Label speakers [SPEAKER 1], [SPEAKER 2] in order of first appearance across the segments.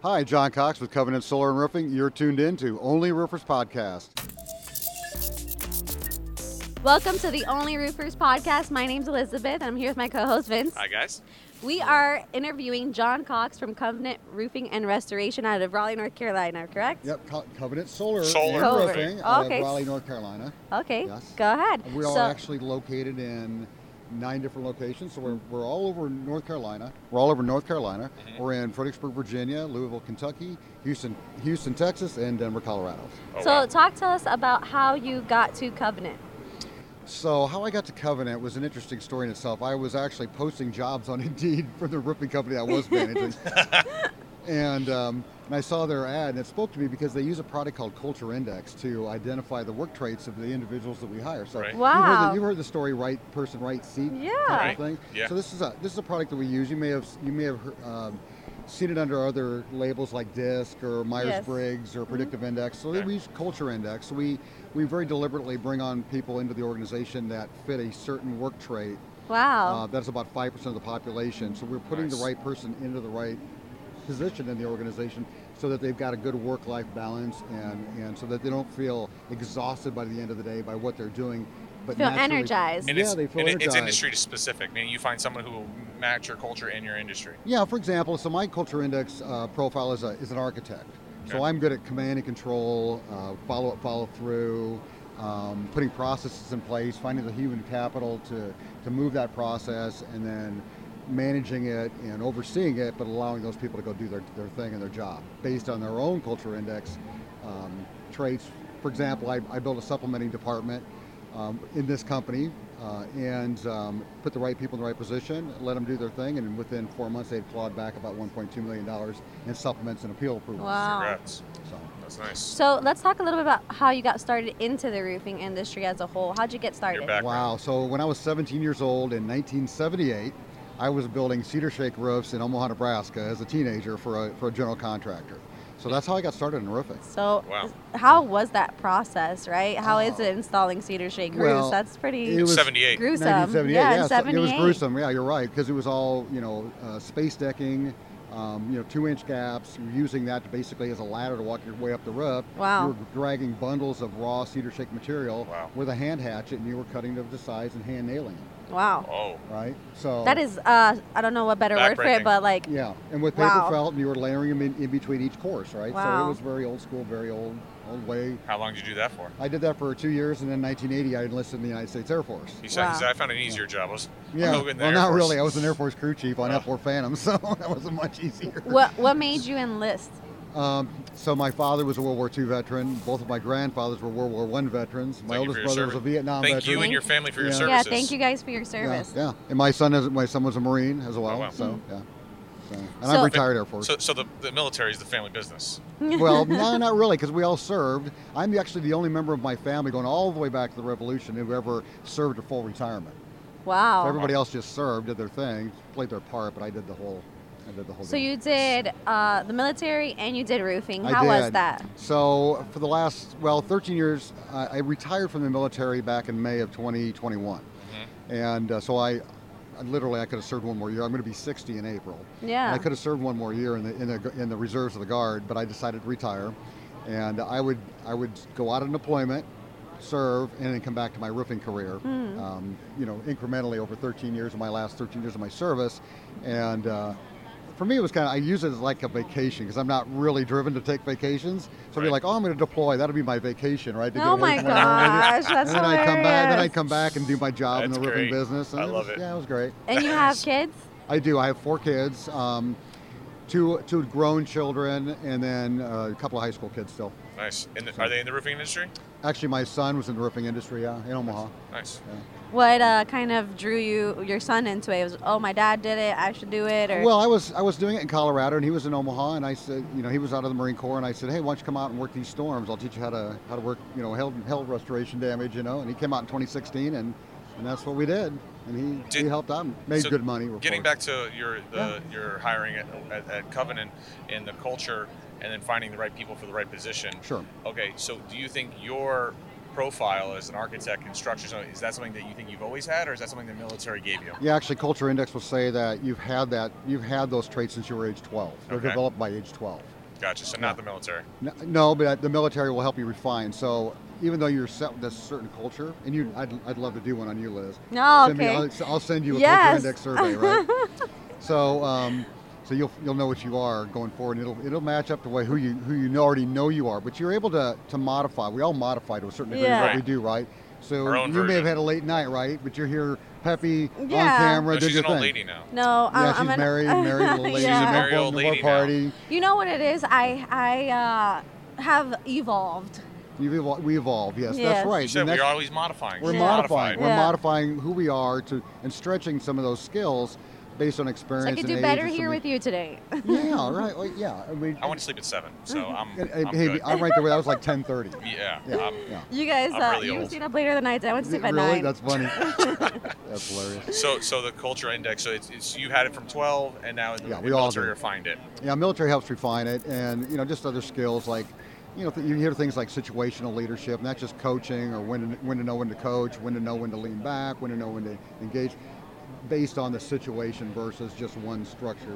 [SPEAKER 1] Hi, John Cox with Covenant Solar and Roofing. You're tuned in to Only Roofers Podcast.
[SPEAKER 2] Welcome to the Only Roofers podcast. My name's Elizabeth. I'm here with my co host, Vince.
[SPEAKER 3] Hi, guys.
[SPEAKER 2] We are interviewing John Cox from Covenant Roofing and Restoration out of Raleigh, North Carolina, correct?
[SPEAKER 1] Yep, Co- Covenant Solar,
[SPEAKER 3] Solar.
[SPEAKER 1] and
[SPEAKER 3] Solar.
[SPEAKER 1] Roofing out
[SPEAKER 2] Okay.
[SPEAKER 1] of Raleigh, North Carolina.
[SPEAKER 2] Okay,
[SPEAKER 1] Yes.
[SPEAKER 2] go ahead.
[SPEAKER 1] We're all
[SPEAKER 2] So-
[SPEAKER 1] actually located in nine different locations, so we're, we're all over North Carolina. We're all over North Carolina. We're in Fredericksburg, Virginia, Louisville, Kentucky, Houston, Houston, Texas, and Denver, Colorado.
[SPEAKER 3] Oh,
[SPEAKER 2] so,
[SPEAKER 3] wow.
[SPEAKER 2] talk to us about how you got to Covenant.
[SPEAKER 1] So how I got to Covenant was an interesting story in itself. I was actually posting jobs on Indeed for the roofing company I was managing. and, um, and I saw their ad and it spoke to me because they use a product called Culture Index to identify the work traits of the individuals that we hire. So
[SPEAKER 3] Right.
[SPEAKER 1] you've, heard
[SPEAKER 2] Wow.
[SPEAKER 1] the, you've heard the story right person, right seat type
[SPEAKER 2] Yeah.
[SPEAKER 1] of
[SPEAKER 3] Right.
[SPEAKER 1] thing.
[SPEAKER 3] Yeah.
[SPEAKER 1] So this is a this is a product that we use. You may have you may have heard, um, seen it under other labels like DISC or Myers Briggs or Predictive Index. So
[SPEAKER 2] Mm-hmm.
[SPEAKER 3] Okay.
[SPEAKER 1] we use Culture Index. We we very deliberately bring on people into the organization that fit a certain work trait.
[SPEAKER 2] Wow.
[SPEAKER 1] Uh, that's about five percent of the population. So we're putting the
[SPEAKER 3] Nice.
[SPEAKER 1] right person into the right position in the organization so that they've got a good work-life balance and, and so that they don't feel exhausted by the end of the day by what they're doing. But
[SPEAKER 2] Feel
[SPEAKER 1] naturally-
[SPEAKER 2] energized.
[SPEAKER 3] And
[SPEAKER 1] yeah,
[SPEAKER 3] it's,
[SPEAKER 1] they feel
[SPEAKER 3] and it- it's
[SPEAKER 1] energized.
[SPEAKER 3] industry specific, meaning you find someone who will match your culture and your industry.
[SPEAKER 1] Yeah, for example, so my culture index uh, profile is, a, is an architect. So
[SPEAKER 3] Okay.
[SPEAKER 1] I'm good at command and control, uh, follow up, follow through, um, putting processes in place, finding the human capital to, to move that process, and then managing it and overseeing it, but allowing those people to go do their, their thing and their job based on their own culture index um, traits. For example, I, I built a supplementing department um, in this company uh, and um, put the right people in the right position, let them do their thing, and within four months they'd clawed back about $1.2 million in supplements and appeal approvals.
[SPEAKER 2] Wow.
[SPEAKER 3] Congrats.
[SPEAKER 1] So,
[SPEAKER 3] That's nice.
[SPEAKER 2] Oh. so, let's talk a little bit about how you got started into the roofing industry as a whole. How'd you get started?
[SPEAKER 3] Your background.
[SPEAKER 1] wow. So when I was 17 years old in 1978, I was building cedar shake roofs in Omaha, Nebraska as a teenager for a, for a general contractor. So that's how I got started in roofing.
[SPEAKER 2] So,
[SPEAKER 3] Wow.
[SPEAKER 2] how was that process, right? How is
[SPEAKER 1] Oh.
[SPEAKER 2] it installing Cedar Shake roofs?
[SPEAKER 1] Well,
[SPEAKER 2] That's
[SPEAKER 1] it
[SPEAKER 2] pretty
[SPEAKER 1] was-
[SPEAKER 3] 78.
[SPEAKER 2] gruesome.
[SPEAKER 1] 1978,
[SPEAKER 2] Yeah,
[SPEAKER 1] yeah,
[SPEAKER 2] in
[SPEAKER 1] so it was
[SPEAKER 2] 78.
[SPEAKER 1] gruesome. Yeah, you're right because it was all you know uh, space decking, um, you know two inch gaps. You're using that to basically as a ladder to walk your way up the roof. You
[SPEAKER 2] Wow.
[SPEAKER 1] were dragging bundles of raw cedar shake material
[SPEAKER 3] Wow.
[SPEAKER 1] with a hand hatchet, and you were cutting them to size and hand nailing them.
[SPEAKER 2] Wow.
[SPEAKER 3] Oh,
[SPEAKER 1] Right. So
[SPEAKER 2] That is, uh, I don't know what better word for it,
[SPEAKER 3] Backbreaking.
[SPEAKER 2] but like,
[SPEAKER 1] Yeah, and with paper
[SPEAKER 2] Wow.
[SPEAKER 1] felt, and you were layering them in, in between each course, right? So
[SPEAKER 2] Wow.
[SPEAKER 1] it was very old school, very old old way.
[SPEAKER 3] how long did you do that for?
[SPEAKER 1] I did that for two years, and then 1980, I enlisted in the United States Air Force.
[SPEAKER 3] He said,
[SPEAKER 2] Wow.
[SPEAKER 3] he said, I found an easier job. I was, I'm
[SPEAKER 1] Yeah,
[SPEAKER 3] gonna go
[SPEAKER 1] well,
[SPEAKER 3] in the Air
[SPEAKER 1] not
[SPEAKER 3] Force."
[SPEAKER 1] really. I was an Air Force crew chief on
[SPEAKER 3] Oh.
[SPEAKER 1] F4 Phantom, so that wasn't much easier.
[SPEAKER 2] what what made you enlist?
[SPEAKER 1] Um, so my father was a World War II veteran. Both of my grandfathers were World War One veterans. My
[SPEAKER 3] Thank you
[SPEAKER 1] oldest
[SPEAKER 3] for your
[SPEAKER 1] brother was a
[SPEAKER 3] service.
[SPEAKER 1] Vietnam
[SPEAKER 3] Thank
[SPEAKER 1] veteran.
[SPEAKER 3] you and your family for your
[SPEAKER 1] Yeah.
[SPEAKER 3] services.
[SPEAKER 2] Yeah, thank you guys for your
[SPEAKER 1] yeah,
[SPEAKER 2] service. Mm-hmm.
[SPEAKER 1] yeah, and my son is my son was a Marine as well.
[SPEAKER 3] Oh, wow.
[SPEAKER 1] So yeah, so, and
[SPEAKER 2] So-
[SPEAKER 1] I'm retired Air Force.
[SPEAKER 3] So, so the, the military is the family business.
[SPEAKER 1] well, no, not really, because we all served. I'm actually the only member of my family going all the way back to the Revolution who ever served to full retirement. So
[SPEAKER 2] Wow.
[SPEAKER 1] everybody else just served, did their thing, played their part, but I did the whole, I did the whole.
[SPEAKER 2] So
[SPEAKER 1] deal.
[SPEAKER 2] you did uh, the military and you did roofing.
[SPEAKER 1] I
[SPEAKER 2] How was
[SPEAKER 1] did.
[SPEAKER 2] that?
[SPEAKER 1] So for the last, well, 13 years, I I retired from the military back in May of 2021, and uh, so I, I literally I could have served one more year. I'm going to be 60 in April.
[SPEAKER 2] Yeah.
[SPEAKER 1] And I could have served one more year in the, in the in the reserves of the guard, but I decided to retire, and I would I would go out on deployment, serve, and then come back to my roofing career.
[SPEAKER 2] Hmm.
[SPEAKER 1] Um, you know, incrementally over 13 years of my last 13 years of my service, and. Uh, for me, it was kind of, I use it as like a vacation because I'm not really driven to take vacations. So I'd be
[SPEAKER 3] Right.
[SPEAKER 1] like, oh, I'm going to deploy. That'll be my vacation, right? To get
[SPEAKER 2] oh
[SPEAKER 1] away
[SPEAKER 2] my
[SPEAKER 1] from what I'm doing.
[SPEAKER 2] gosh, that's
[SPEAKER 1] And then I come back, then I
[SPEAKER 2] hilarious.
[SPEAKER 1] come back and do my job in
[SPEAKER 3] That's
[SPEAKER 1] the roofing
[SPEAKER 3] great.
[SPEAKER 1] business. and
[SPEAKER 3] I
[SPEAKER 1] was-
[SPEAKER 3] love it.
[SPEAKER 1] Yeah, it was great.
[SPEAKER 2] And you have kids?
[SPEAKER 1] I do. I have four kids, um, two two grown children, and then uh, a couple of high school kids still.
[SPEAKER 3] Nice. And
[SPEAKER 1] Hmm.
[SPEAKER 3] are they in the roofing industry?
[SPEAKER 1] Actually, my son was in the roofing industry yeah, in Omaha.
[SPEAKER 3] Nice.
[SPEAKER 2] What uh, kind of drew you your son into it? Was oh my dad did it, I should do it, or
[SPEAKER 1] Well, I was I was doing it in Colorado, and he was in Omaha, and I said, you know, he was out of the Marine Corps, and I said, hey, why don't you come out and work these storms? I'll teach you how to how to work, you know, hail, hail restoration damage, you know. And he came out in 2016, and and that's what we did, and he,
[SPEAKER 3] Did-
[SPEAKER 1] he helped out, and made
[SPEAKER 3] So
[SPEAKER 1] good money. We're
[SPEAKER 3] Getting
[SPEAKER 1] fortunate.
[SPEAKER 3] back to your the, your hiring at, at, at Covenant and the culture, and then finding the right people for the right position.
[SPEAKER 1] Sure.
[SPEAKER 3] Okay, so do you think your profile as an architect and structures, is that something that you think you've always had, or is that something the military gave you?
[SPEAKER 1] Yeah, actually, Culture Index will say that you've had that you've had those traits since you were age 12. They're
[SPEAKER 3] Okay.
[SPEAKER 1] developed by age 12.
[SPEAKER 3] Gotcha. So not the military.
[SPEAKER 1] N- No, but the military will help you refine. So even though you're set with a certain culture, and you, I'd, I'd love to do one on you, Liz.
[SPEAKER 2] No,
[SPEAKER 1] Send me-
[SPEAKER 2] okay.
[SPEAKER 1] I'll, I'll send you a
[SPEAKER 2] Yes.
[SPEAKER 1] culture index survey, right? so, um, so you'll you'll know what you are going forward. And it'll it'll match up to what, who you who you know- already know you are. But you're able to to modify. We all modify to a certain degree
[SPEAKER 2] Yeah.
[SPEAKER 1] what we
[SPEAKER 3] Right.
[SPEAKER 1] do, right? So
[SPEAKER 3] Our
[SPEAKER 1] you
[SPEAKER 3] own
[SPEAKER 1] may have
[SPEAKER 3] version.
[SPEAKER 1] had a late night, right? But you're here, peppy, on
[SPEAKER 2] Yeah.
[SPEAKER 1] camera,
[SPEAKER 3] No,
[SPEAKER 1] did
[SPEAKER 3] she's
[SPEAKER 1] your
[SPEAKER 3] an old
[SPEAKER 1] thing.
[SPEAKER 3] lady now.
[SPEAKER 2] No,
[SPEAKER 1] Yeah,
[SPEAKER 2] um,
[SPEAKER 1] she's
[SPEAKER 2] I'm an-
[SPEAKER 1] married, married little lady.
[SPEAKER 2] Yeah.
[SPEAKER 1] no
[SPEAKER 3] married
[SPEAKER 1] blow-
[SPEAKER 3] old
[SPEAKER 1] no
[SPEAKER 3] lady
[SPEAKER 1] blow
[SPEAKER 3] now.
[SPEAKER 1] party.
[SPEAKER 2] You know what it is? I I uh, have evolved.
[SPEAKER 1] You've evol- we evolve, yes,
[SPEAKER 2] Yes.
[SPEAKER 1] that's right.
[SPEAKER 3] You said
[SPEAKER 1] And
[SPEAKER 3] we're
[SPEAKER 1] that's-
[SPEAKER 3] always modifying.
[SPEAKER 1] we're
[SPEAKER 3] She's
[SPEAKER 1] modifying.
[SPEAKER 2] Yeah.
[SPEAKER 1] We're modifying who we are to and stretching some of those skills based on
[SPEAKER 2] So
[SPEAKER 1] experience.
[SPEAKER 2] I could do
[SPEAKER 1] and
[SPEAKER 2] better here with you today.
[SPEAKER 1] Yeah, right. Well, yeah. I mean,
[SPEAKER 3] I went to sleep at seven, so I'm,
[SPEAKER 1] Mm-hmm. and-
[SPEAKER 3] I'm
[SPEAKER 1] and- hey,
[SPEAKER 3] good.
[SPEAKER 1] I'm right there. That was like 10:30.
[SPEAKER 3] yeah.
[SPEAKER 1] Yeah.
[SPEAKER 3] um,
[SPEAKER 1] yeah.
[SPEAKER 2] You guys,
[SPEAKER 3] I'm
[SPEAKER 2] uh,
[SPEAKER 3] really
[SPEAKER 2] you
[SPEAKER 3] old.
[SPEAKER 2] stayed up later than I did. I went to sleep at
[SPEAKER 1] really?
[SPEAKER 2] nine.
[SPEAKER 1] That's funny. that's hilarious.
[SPEAKER 3] so, so the culture index. So it's, it's you had it from twelve, and now the
[SPEAKER 1] Yeah,
[SPEAKER 3] the
[SPEAKER 1] we all
[SPEAKER 3] military
[SPEAKER 1] do.
[SPEAKER 3] refined it.
[SPEAKER 1] Yeah, military helps refine it, and you know, just other skills like, you know, th- you hear things like situational leadership, not just coaching or when to, when to know when to coach, when to know when to lean back, when to know when to engage, based on the situation versus just one structure.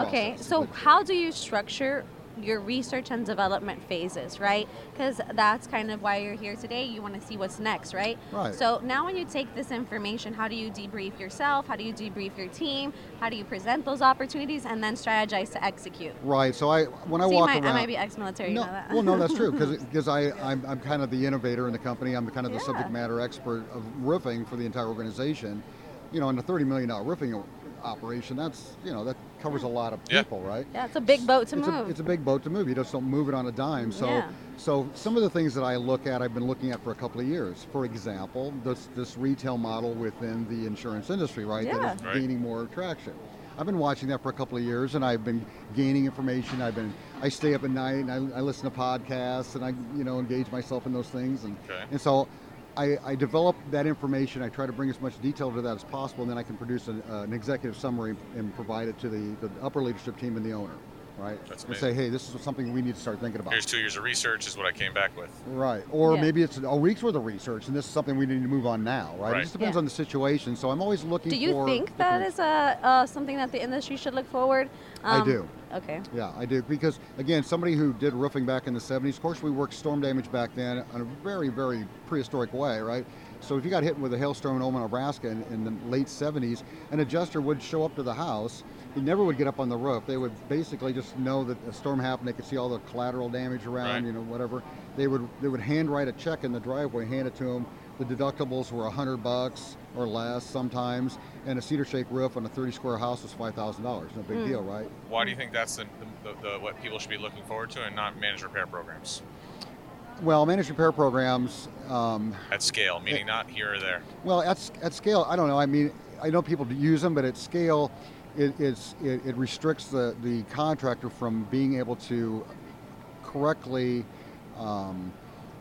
[SPEAKER 2] Okay,
[SPEAKER 1] process.
[SPEAKER 2] so
[SPEAKER 1] But-
[SPEAKER 2] how do you structure your research and development phases, right? Because that's kind of why you're here today. You want to see what's next, right?
[SPEAKER 1] Right.
[SPEAKER 2] So now, when you take this information, how do you debrief yourself? How do you debrief your team? How do you present those opportunities and then strategize to execute?
[SPEAKER 1] right, so I when I
[SPEAKER 2] See,
[SPEAKER 1] walk
[SPEAKER 2] my-
[SPEAKER 1] around,
[SPEAKER 2] I might be ex-military.
[SPEAKER 1] no,
[SPEAKER 2] you know that.
[SPEAKER 1] well, no, that's true because I I'm, I'm kind of the innovator in the company. I'm kind of the
[SPEAKER 2] Yeah.
[SPEAKER 1] subject matter expert of roofing for the entire organization. You know, in a thirty million dollar roofing o- operation, that's you know that covers a lot of
[SPEAKER 3] Yeah.
[SPEAKER 1] people, right?
[SPEAKER 2] yeah, it's a big boat to
[SPEAKER 1] it's
[SPEAKER 2] move.
[SPEAKER 1] A, it's a big boat to move. You just don't move it on a dime. So,
[SPEAKER 2] Yeah.
[SPEAKER 1] so some of the things that I look at, I've been looking at for a couple of years. For example, this this retail model within the insurance industry, right? That is
[SPEAKER 3] Yeah. Right.
[SPEAKER 1] gaining more traction. I've been watching that for a couple of years, and I've been gaining information. I've been I stay up at night and I, I listen to podcasts, and I you know engage myself in those things, and
[SPEAKER 3] Okay.
[SPEAKER 1] and so. I, I develop that information. I try to bring as much detail to that as possible, and then I can produce an, uh, an executive summary and provide it to the, the upper leadership team and the owner, right?
[SPEAKER 3] That's
[SPEAKER 1] and say,
[SPEAKER 3] amazing.
[SPEAKER 1] hey, this is something we need to start thinking about.
[SPEAKER 3] Here's two years of research. Is what I came back with.
[SPEAKER 1] Right. Or
[SPEAKER 2] Yeah.
[SPEAKER 1] maybe it's a week's worth of research, and this is something we need to move on now, right? It
[SPEAKER 3] Right.
[SPEAKER 1] just depends
[SPEAKER 2] Yeah.
[SPEAKER 1] on the situation. So I'm always looking
[SPEAKER 2] do you
[SPEAKER 1] for.
[SPEAKER 2] think that
[SPEAKER 1] different-
[SPEAKER 2] is a, uh, something that the industry should look forward? Um,
[SPEAKER 1] I do.
[SPEAKER 2] Okay.
[SPEAKER 1] Yeah, I do. Because, again, somebody who did roofing back in the 70s, of course, we worked storm damage back then in a very, very prehistoric way, right? So if you got hit with a hailstorm in Omaha, Nebraska in, in the late 70s, an adjuster would show up to the house. He never would get up on the roof. They would basically just know that a storm happened. They could see all the collateral damage around,
[SPEAKER 3] Right.
[SPEAKER 1] you know, whatever. They would they would handwrite a check in the driveway, hand it to him. The deductibles were 100 bucks or less sometimes, and a cedar shake roof on a 30 square house was $5,000. No big deal, right?
[SPEAKER 3] Why do you think that's the, the, the, what people should be looking forward to, and not managed repair programs
[SPEAKER 1] Well, managed repair programs, um,
[SPEAKER 3] at scale? Meaning not here or there.
[SPEAKER 1] well, at, s- at scale, I don't know. I mean, I know people do use them, but at scale, it, it's, it, it restricts the, the contractor from being able to correctly um,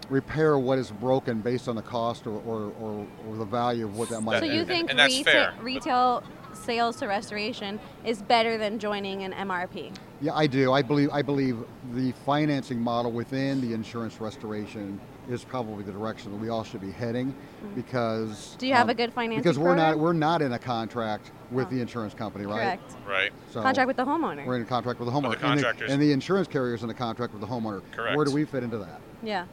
[SPEAKER 1] repair what is broken based on the cost or, or, or, or the value of what that might be.
[SPEAKER 2] So you
[SPEAKER 3] And-
[SPEAKER 2] think
[SPEAKER 3] and that's
[SPEAKER 2] reta-
[SPEAKER 3] fair.
[SPEAKER 2] retail sales to restoration is better than joining an MRP?
[SPEAKER 1] Yeah, I do. I believe I believe the financing model within the insurance restoration is probably the direction that we all should be heading because
[SPEAKER 2] Mm. Do you have
[SPEAKER 1] um,
[SPEAKER 2] a good financing
[SPEAKER 1] Because we're not
[SPEAKER 2] program?
[SPEAKER 1] we're not in a contract with
[SPEAKER 2] Oh.
[SPEAKER 1] the insurance company, right?
[SPEAKER 2] Correct.
[SPEAKER 3] Right.
[SPEAKER 1] So
[SPEAKER 2] Contract with the homeowner.
[SPEAKER 1] we're in a contract with the homeowner.
[SPEAKER 3] With the
[SPEAKER 1] And the-
[SPEAKER 3] contractors.
[SPEAKER 1] And, the, insurance carrier is in a contract with the homeowner. Where
[SPEAKER 3] Correct.
[SPEAKER 1] do we fit into that?
[SPEAKER 2] yeah,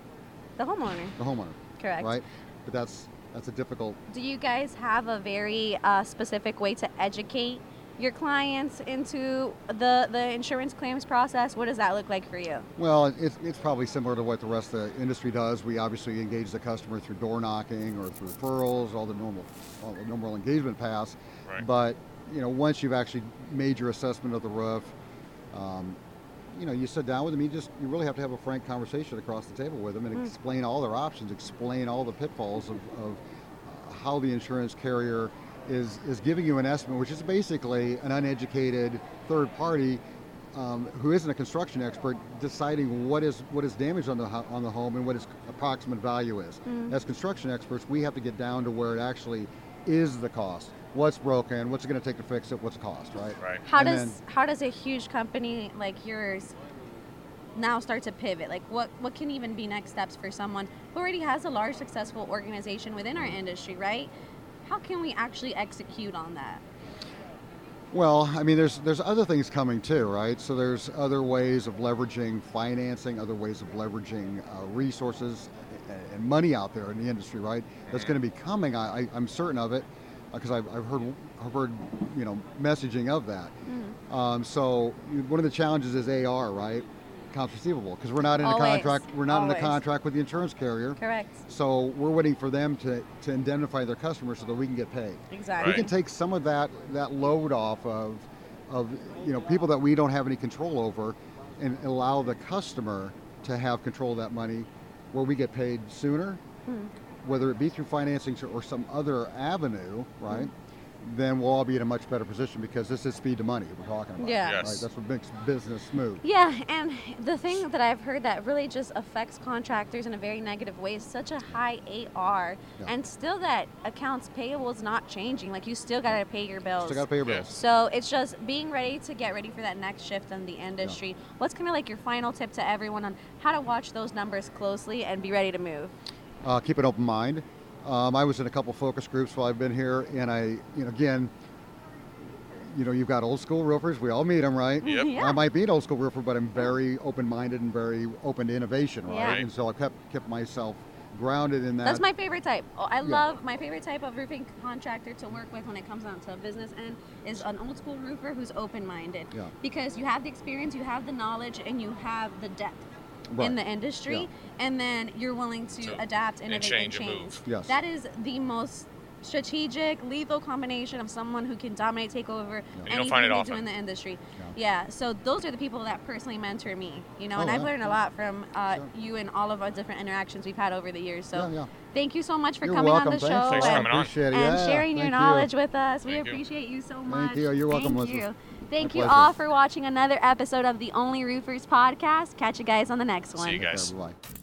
[SPEAKER 2] the homeowner.
[SPEAKER 1] The homeowner.
[SPEAKER 2] Correct.
[SPEAKER 1] Right? But that's that's a difficult
[SPEAKER 2] Do you guys have a very uh, specific way to educate your clients into the the insurance claims process? What does that look like for you?
[SPEAKER 1] Well, it's, it's probably similar to what the rest of the industry does. We obviously engage the customer through door knocking or through referrals, all the normal, all the normal engagement paths.
[SPEAKER 3] Right.
[SPEAKER 1] But you know, once you've actually made your assessment of the roof, um, you know, you sit down with them. You just you really have to have a frank conversation across the table with them and explain all their options, explain all the pitfalls of, of uh, how the insurance carrier is is giving you an estimate, which is basically an uneducated third party um, who isn't a construction expert deciding what is what is damaged on the ho- on the home and what its approximate value is. As construction experts, we have to get down to where it actually is the cost. What's broken? What's it going to take to fix it? What's the cost? Right.
[SPEAKER 3] Right.
[SPEAKER 2] How
[SPEAKER 1] And
[SPEAKER 2] does how does a huge company like yours now start to pivot? Like, what, what can even be next steps for someone who already has a large, successful organization within our industry, right? How can we actually execute on that?
[SPEAKER 1] Well, I mean, there's there's other things coming too, right? So there's other ways of leveraging financing, other ways of leveraging uh, resources and, and money out there in the industry, right? That's going to be coming. I, I, I'm certain of it because I've, I've heard I've heard you know messaging of that.
[SPEAKER 2] Mm.
[SPEAKER 1] Um, so you- one of the challenges is AR, right? Accounts receivable because we're not in
[SPEAKER 2] Always.
[SPEAKER 1] a contract. We're not in
[SPEAKER 2] Always.
[SPEAKER 1] a contract with the insurance carrier.
[SPEAKER 2] Correct.
[SPEAKER 1] So we're waiting for them to, to indemnify their customers so that we can get paid
[SPEAKER 2] Exactly.
[SPEAKER 1] we can
[SPEAKER 3] Right.
[SPEAKER 1] take some of that that load off of of you know people that we don't have any control over and allow the customer to have control of that money where we get paid sooner whether it be through financings or some other avenue right then we'll all be in a much better position because this is speed to money we're talking about
[SPEAKER 2] Yeah.
[SPEAKER 1] right?
[SPEAKER 3] Yes.
[SPEAKER 1] that's what makes business smooth
[SPEAKER 2] Yeah, and the thing that I've heard that really just affects contractors in a very negative way is such a high AR,
[SPEAKER 1] Yeah.
[SPEAKER 2] and still that accounts payable is not changing. Like you still gotta pay your bills.
[SPEAKER 1] still got to pay your bills
[SPEAKER 3] Yes.
[SPEAKER 2] So it's just being ready to get ready for that next shift in the industry. What's kind of like your final tip to everyone on how to watch those numbers closely and be ready to move?
[SPEAKER 1] uh, keep an open mind. Um, I was in a couple focus groups while I've been here, and I, you know, again, you know, you've got old school roofers. We all meet them, right?
[SPEAKER 3] Yep.
[SPEAKER 2] Yeah.
[SPEAKER 1] I might be an old school roofer, but I'm very open-minded and very open to innovation, right?
[SPEAKER 2] Yeah.
[SPEAKER 1] And so I kept kept myself grounded in that.
[SPEAKER 2] That's my favorite type. Oh, I
[SPEAKER 1] Yeah.
[SPEAKER 2] love my favorite type of roofing contractor to work with when it comes down to a business end is an old school roofer who's open minded.
[SPEAKER 1] Yeah.
[SPEAKER 2] Because you have the experience, you have the knowledge, and you have the depth
[SPEAKER 1] Right.
[SPEAKER 2] in the industry,
[SPEAKER 1] Yeah.
[SPEAKER 2] and then you're willing to,
[SPEAKER 3] To-
[SPEAKER 2] adapt,
[SPEAKER 3] and
[SPEAKER 2] innovate,
[SPEAKER 3] change and
[SPEAKER 2] and change.
[SPEAKER 3] move.
[SPEAKER 1] Yes.
[SPEAKER 2] That is the most strategic, lethal combination of someone who can dominate, take over
[SPEAKER 3] You don't
[SPEAKER 2] anything
[SPEAKER 3] find it
[SPEAKER 2] they do
[SPEAKER 3] often.
[SPEAKER 2] in the industry.
[SPEAKER 1] Yeah.
[SPEAKER 2] Yeah. So those are the people that personally mentor me. You know,
[SPEAKER 1] Oh,
[SPEAKER 2] and I've
[SPEAKER 1] wow.
[SPEAKER 2] learned a lot from uh,
[SPEAKER 1] Sure.
[SPEAKER 2] you and all of our different interactions we've had over the years. So
[SPEAKER 1] Yeah, yeah.
[SPEAKER 2] thank you so much for
[SPEAKER 1] You're
[SPEAKER 2] coming
[SPEAKER 1] welcome.
[SPEAKER 2] on the
[SPEAKER 1] Thanks,
[SPEAKER 2] show
[SPEAKER 3] Thanks for
[SPEAKER 2] and,
[SPEAKER 3] coming on.
[SPEAKER 1] Appreciate it.
[SPEAKER 2] and
[SPEAKER 1] Yeah,
[SPEAKER 2] sharing your
[SPEAKER 1] thank you.
[SPEAKER 2] knowledge with us. We
[SPEAKER 3] Thank you.
[SPEAKER 2] appreciate you. so much.
[SPEAKER 1] Thank you. You're welcome,
[SPEAKER 2] Thank
[SPEAKER 1] Leslie.
[SPEAKER 2] you. Thank you
[SPEAKER 1] pleasure.
[SPEAKER 2] all for watching another episode of the Only Roofers podcast. Catch you guys on the next one.
[SPEAKER 3] See you guys.
[SPEAKER 1] Bye-bye.